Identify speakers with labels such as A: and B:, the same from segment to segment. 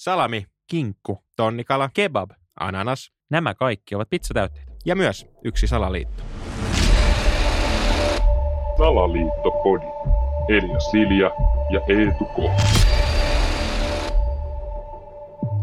A: salami, kinkku, tonnikala, kebab, ananas
B: Nämä kaikki ovat pizzatäytteitä.
A: ja myös yksi salaliitto.
C: Salaliittopodi. Elias Silja ja Eetu K.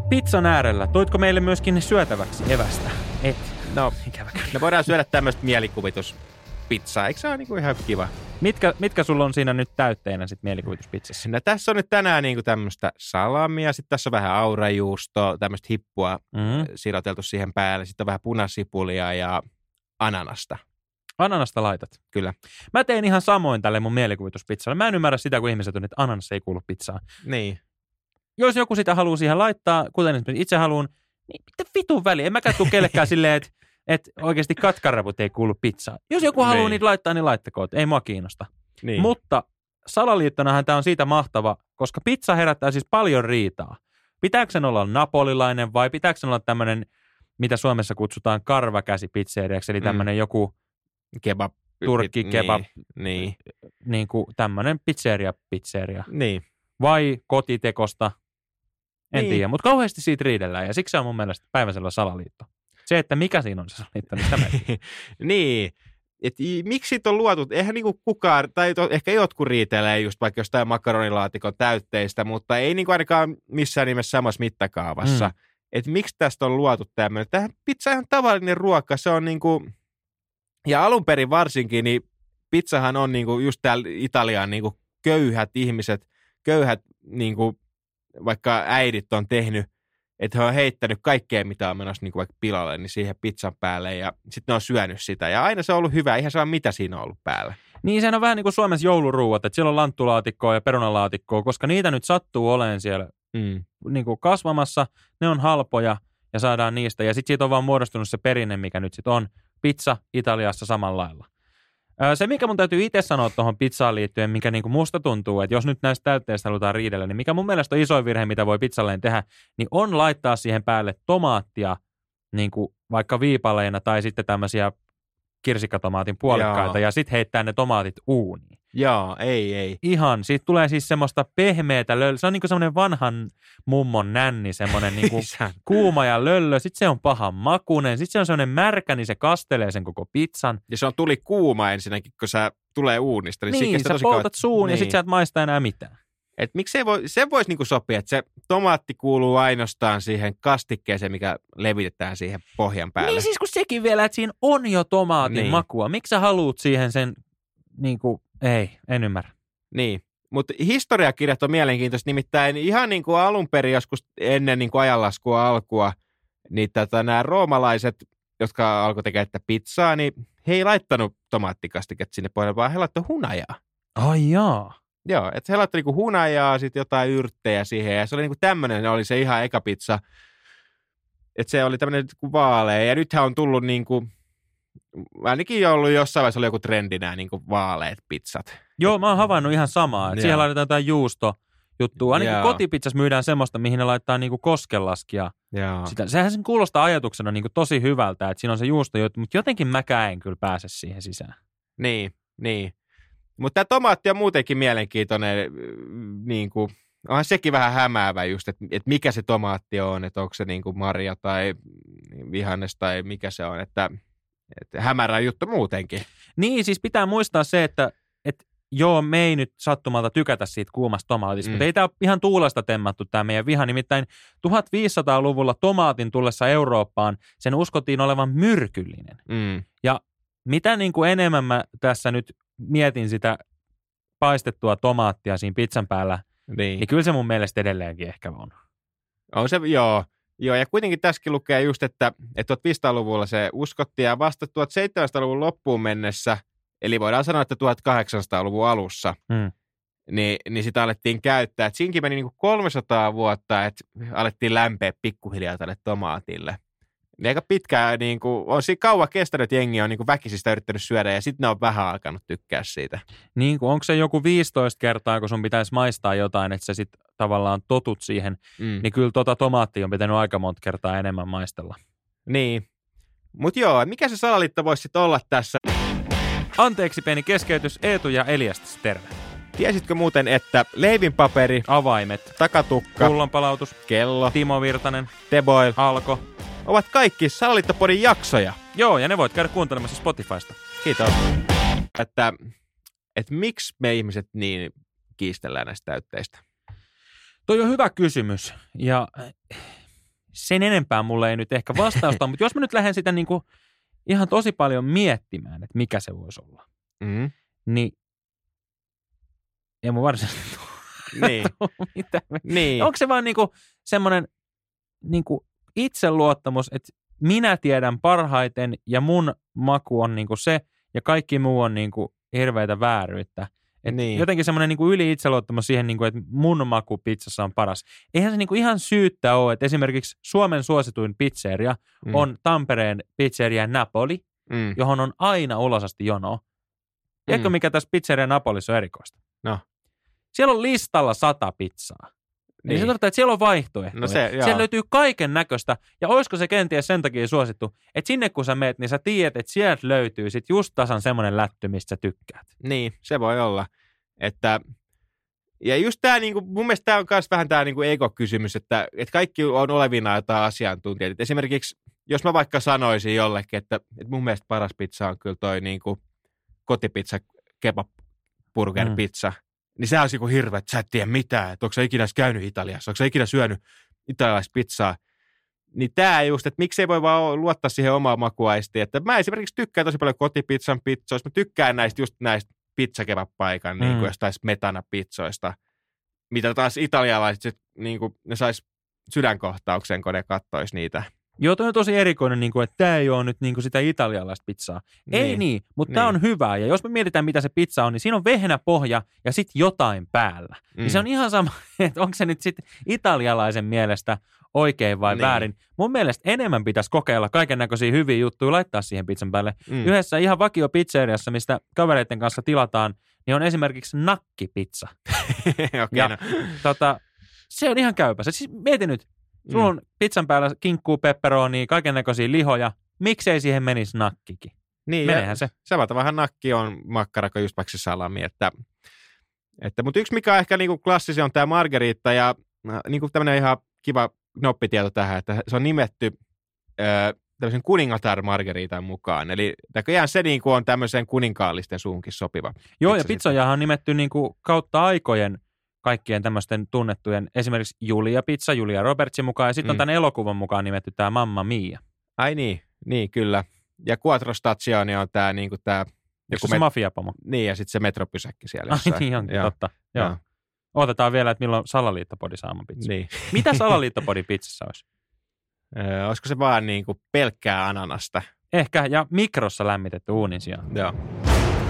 B: Pizzan äärellä. Toitko meille myöskin syötäväksi evästä? Et. No, ikävä kyllä.
A: No voidaan syödä tämmöistä mielikuvituspizzaa, eikö se ole niinku ihan kiva?
B: Mitkä, mitkä sulla on siinä nyt täytteinä sit mielikuvituspizzassa?
A: No tässä on nyt tänään niinku tämmöistä salamia, sitten tässä on vähän aurajuustoa, tämmöistä hippua
B: Mm.
A: siroteltu siihen päälle, sitten on vähän punasipulia ja ananasta.
B: Ananasta laitat.
A: Kyllä.
B: Mä tein ihan samoin tälle mun mielikuvituspizzalle. Mä en ymmärrä sitä, kun ihmiset on, että ananas ei kuulu pizzaan.
A: Niin.
B: Jos joku sitä haluaa siihen laittaa, kuten esimerkiksi itse haluan, niin mitä vitun väliä? En mäkään tuu kellekään silleen, että et oikeasti katkarevut ei kuulu pizzaan. Jos joku haluaa
A: Niin.
B: niitä laittaa, niin laittakoot. Ei mua kiinnosta.
A: niin.
B: Mutta salaliittonahan tämä on siitä mahtava, koska pizza herättää siis paljon riitaa. Pitääkö sen olla napolilainen vai pitääkö sen olla tämmöinen, mitä Suomessa kutsutaan karvakäsipizzeriaksi, eli
A: Mm.
B: tämmöinen joku
A: kebab.
B: Turkki,
A: niin,
B: kebab.
A: Niin.
B: niin kuin tämmöinen pizzeria pizzeria
A: niin.
B: vai kotitekosta. En
A: Niin.
B: niin. tiedä, mutta kauheasti siitä riidellään ja siksi se on mun mielestä päiväsellä salaliitto. Se, että mikä siinä on se salaliitto, niin tämä ei-
A: niin. Et, i- miksi siitä on luotu? Eihän niinku kukaan, tai to, ehkä jotkut riitelee just vaikka jostain makaronilaatikon täytteistä, mutta ei niinku ainakaan missään nimessä samassa mittakaavassa. Mm.
B: Mm.
A: Et miksi tästä on luotu tämmöinen? Tähän pizza on ihan tavallinen ruoka, se on niinku, ja alun perin varsinkin, niin pizzahan on niinku just täällä Italian niinku köyhät ihmiset, köyhät niinku, vaikka äidit on tehnyt että he on heittänyt kaikkea, mitä on menossa niin kuin vaikka pilalle, niin siihen pizzan päälle ja sitten ne on syönyt sitä. Ja aina se on ollut hyvä, eihän se ole mitä siinä on ollut päällä.
B: Niin sehän on vähän niin kuin Suomessa jouluruuat, että siellä on lanttulaatikkoa ja perunalaatikkoa, koska niitä nyt sattuu oleen siellä
A: Mm.
B: niin kuin kasvamassa, ne on halpoja ja saadaan niistä. Ja sitten siitä on vaan muodostunut se perinne, mikä nyt sitten on. Pizza Italiassa samalla lailla. Öö, Se, mikä mun täytyy itse sanoa tuohon pizzaan liittyen, mikä niin kuin musta tuntuu, että jos nyt näistä täytteistä halutaan riidellä, niin mikä mun mielestä on isoin virhe, mitä voi pizzalleen tehdä, niin on laittaa siihen päälle tomaattia niin kuin vaikka viipaleina tai sitten tämmöisiä kirsikkatomaatin puolikkaita
A: Jaa.
B: ja sitten heittää ne tomaatit uuniin
A: Joo, ei, ei.
B: ihan, siitä tulee siis semmoista pehmeätä löllöä. Se on niinku semmoinen vanhan mummon nänni, semmoinen niinku
A: Isän.
B: kuuma ja löllö. Sitten se on pahan makunen. Sitten se on semmoinen märkä, niin se kastelee sen koko pizzan.
A: Ja se on tuli kuuma ensinnäkin, kun sä tulee uunista. Niin,
B: Niin,
A: siinä
B: niin
A: kestää
B: sä
A: tosi kauan,
B: poltat suun niin. ja
A: niin.
B: sit sä et maista enää mitään.
A: Et miksei voi, se voisi niinku sopia, että se tomaatti kuuluu ainoastaan siihen kastikkeeseen, mikä levitetään siihen pohjan päälle.
B: Niin siis kun sekin vielä, että siinä on jo tomaatin
A: Niin.
B: niin. makua. Miksi sä haluut siihen sen, niinku, ei, en ymmärrä.
A: Niin, mutta historiakirjat on mielenkiintoista, nimittäin ihan niin kuin alun perin joskus ennen niin kuin ajanlaskua alkua, niin tätä, nämä roomalaiset, jotka alkoi tekemään tätä pizzaa, niin he ei laittanut tomaattikastiketta sinne pohjalle, vaan he laittoi hunajaa.
B: Ai jaa.
A: Joo, että he laittoi niinku hunajaa, sitten jotain yrttejä siihen, ja se oli niinku tämmöinen, oli se ihan eka pizza. Että se oli tämmöinen niinku vaalea, ja nythän on tullut niinku, ainakin jo ollut jossain vaiheessa oli joku trendi nämä niinku vaaleet pizzat.
B: Joo, mä oon havainnut ihan samaa. Että
A: Joo.
B: siihen laitetaan jotain juusto juttua. Ainakin
A: Joo.
B: kotipizzassa myydään semmoista, mihin ne laittaa niinku koskenlaskijaa
A: Joo.
B: Sitä, sehän sen kuulostaa ajatuksena niin tosi hyvältä, että siinä on se juusto, mutta jotenkin mäkään en kyllä pääse siihen sisään.
A: Niin, niin. Mutta tämä tomaatti on muutenkin mielenkiintoinen, äh, niin kuin, onhan sekin vähän hämäävä just, että et mikä se tomaatti on, että onko se niin kuin marja tai vihannes tai mikä se on, että et hämärä juttu muutenkin.
B: Niin, siis pitää muistaa se, että et, joo, me ei nyt sattumalta tykätä siitä kuumasta tomaatista,
A: Mm.
B: mm. mutta ei tämä ihan tuulesta temmattu tämä meidän viha. Nimittäin 1500-luvulla tomaatin tullessa Eurooppaan sen uskottiin olevan myrkyllinen.
A: Mm.
B: Mitä niin kuin enemmän mä tässä nyt mietin sitä paistettua tomaattia siinä pizzan päällä,
A: Niin.
B: niin kyllä se mun mielestä edelleenkin ehkä on.
A: On se, joo. Joo, ja kuitenkin tässäkin lukee just, että, että 1500-luvulla se uskottiin ja vasta 1700-luvun loppuun mennessä, eli voidaan sanoa, että 1800-luvun alussa,
B: Mm.
A: niin, niin sitä alettiin käyttää. Et siinkin meni niin 300 vuotta, että alettiin lämpeä pikkuhiljaa tälle tomaatille. Niin Aika pitkään, niin kuin, on siinä kauan kestänyt, että jengi on niin kuin väkisistä yrittänyt syödä ja sitten ne on vähän alkanut tykkää siitä.
B: Niin kuin, onko se joku 15 kertaa, kun sun pitäisi maistaa jotain, että sä sit tavallaan totut siihen,
A: Mm.
B: niin kyllä tota tomaattia on pitänyt aika monta kertaa enemmän maistella.
A: Niin. Mutta joo, mikä se salaliitto voisi sitten olla tässä?
B: Anteeksi pieni keskeytys, Eetu ja Eliasta terve.
A: Tiesitkö muuten, että leivinpaperi,
B: Avaimet,
A: takatukka,
B: pullonpalautus,
A: kello,
B: Timo Virtanen,
A: teboil
B: Alko.
A: ovat kaikki Salaliittopodin jaksoja.
B: Joo, ja ne voit käydä kuuntelemassa Spotifysta.
A: Kiitos. Että, että miksi me ihmiset niin kiistellään näistä täytteistä?
B: Toi on hyvä kysymys ja eh, sen enempää mulle ei nyt ehkä vastausta, mutta jos mä nyt lähden sitä niin kuin ihan tosi paljon miettimään, että mikä se voisi olla,
A: Mm.
B: niin ei mun varsinaisesti tuu-
A: Niin.
B: tuu mitään.
A: niin.
B: Onko se vaan niin kuin semmoinen niin kuin itseluottamus, että minä tiedän parhaiten ja mun maku on niin kuin se ja kaikki muu on niin kuin hirveitä vääryyttä. Et
A: Niin.
B: niin. Jotenkin semmoinen niin yli itseluottamus siihen, niin kuin, että mun maku pizzassa on paras. Eihän se niin kuin ihan syyttä ole, että esimerkiksi Suomen suosituin pizzeria
A: Mm.
B: mm. on Niin. Tampereen pizzeria Napoli,
A: Mm.
B: johon on aina ulosasti jono. Tiedätkö,
A: Mm.
B: mikä tässä pizzeria Napolissa on erikoista?
A: No.
B: Siellä on listalla sata pizzaa. Niin. Eli se tarkoittaa, että siellä on vaihtoehtoja.
A: No se, joo.
B: siellä löytyy kaiken näköistä. Ja olisiko se kenties sen takia suosittu, että sinne kun sä meet, niin sä tiedät, että sieltä löytyy sit just tasan semmoinen lätty, mistä sä tykkäät.
A: Niin, se voi olla. Että, ja just tämä, niinku, mun mielestä tämä on myös vähän tämä niinku ego-kysymys, että, että kaikki on olevina jotain asiantuntijat. Et esimerkiksi, jos mä vaikka sanoisin jollekin, että, että mun mielestä paras pizza on kyllä toi niinku, kotipizza, kebab, burger,
B: Mm.
A: mm. pizza, niin sehän olisi joku hirveä, että sä et tiedä mitään, että onko sä ikinä edes käynyt Italiassa, onko sä ikinä syönyt italialaispizzaa. Niin tämä just, että miksei voi vaan luottaa siihen omaan makuaistiin. Että mä esimerkiksi tykkään tosi paljon kotipizzan pizzoista. Mä tykkään näistä just näistä pizzakebab-paikan mm. niin
B: Mm.
A: kuin jostain smetana pizzoista, mitä taas italialaiset sit, niin kuin, ne sais sydänkohtauksen, kun ne kattois niitä.
B: Joo, toi on tosi erikoinen, niin kuin, että tämä ei ole nyt niin kuin sitä italialaista pizzaa. Niin. Ei niin, mutta niin. tämä
A: Niin.
B: on hyvää. Ja jos me mietitään, mitä se pizza on, niin siinä on vehnäpohja ja sitten jotain päällä. Mm. Niin se on ihan sama, että onko se nyt sitten italialaisen mielestä oikein vai
A: Niin.
B: niin. väärin. Mun mielestä enemmän pitäisi kokeilla kaiken näköisiä hyviä juttuja laittaa siihen pizzan päälle.
A: mm.
B: Mm. Yhdessä ihan vakio pizzeriassa, mistä kavereiden kanssa tilataan, niin on esimerkiksi nakkipizza.
A: Okei,
B: ja-
A: no.
B: Tota, se on ihan käypä. Se siis mieti nyt, sulla
A: Mm.
B: on pizzan päällä kinkkuu, pepperonia, kaiken näköisiä lihoja. Miksei siihen menisi nakkikin?
A: Niin, ja-
B: Menehän se.
A: samalla tavallahan nakki on makkara kuin just vaikka se salami. Että, että, mutta yksi mikä on ehkä niinku klassisi on tämä margariitta ja äh, niinku tämmöinen ihan kiva knoppitieto tähän, että se on nimetty ö, tämmöisen kuningatar margariitan mukaan. Eli näköjään se niinku on tämmöisen kuninkaallisten suunkin sopiva.
B: Joo, ja
A: Pizza
B: pizzojahan on nimetty niin kuin kautta aikojen kaikkien tämmöisten tunnettujen, esimerkiksi Julia Pizza, Julia Robertsin mukaan, ja sitten
A: Mm.
B: on tämän elokuvan mukaan nimetty tämä Mamma Mia.
A: Ai niin, niin kyllä. Ja Quattro Stazioni on tämä niinku tää,
B: Joku
A: joku
B: se
A: met-
B: mafiapomo.
A: niin, ja sitten se metropysäkki siellä.
B: Ai
A: jossain.
B: niin onkin,
A: Joo,
B: totta. Joo.
A: joo,
B: Odotetaan vielä, että milloin salaliittopodi saa oman pizza.
A: Niin.
B: Mitä salaliittopodin pizzassa olisi?
A: Ö, olisiko se vaan niinku pelkkää ananasta?
B: Ehkä, ja mikrossa lämmitetty uunin sijaan.
A: Joo.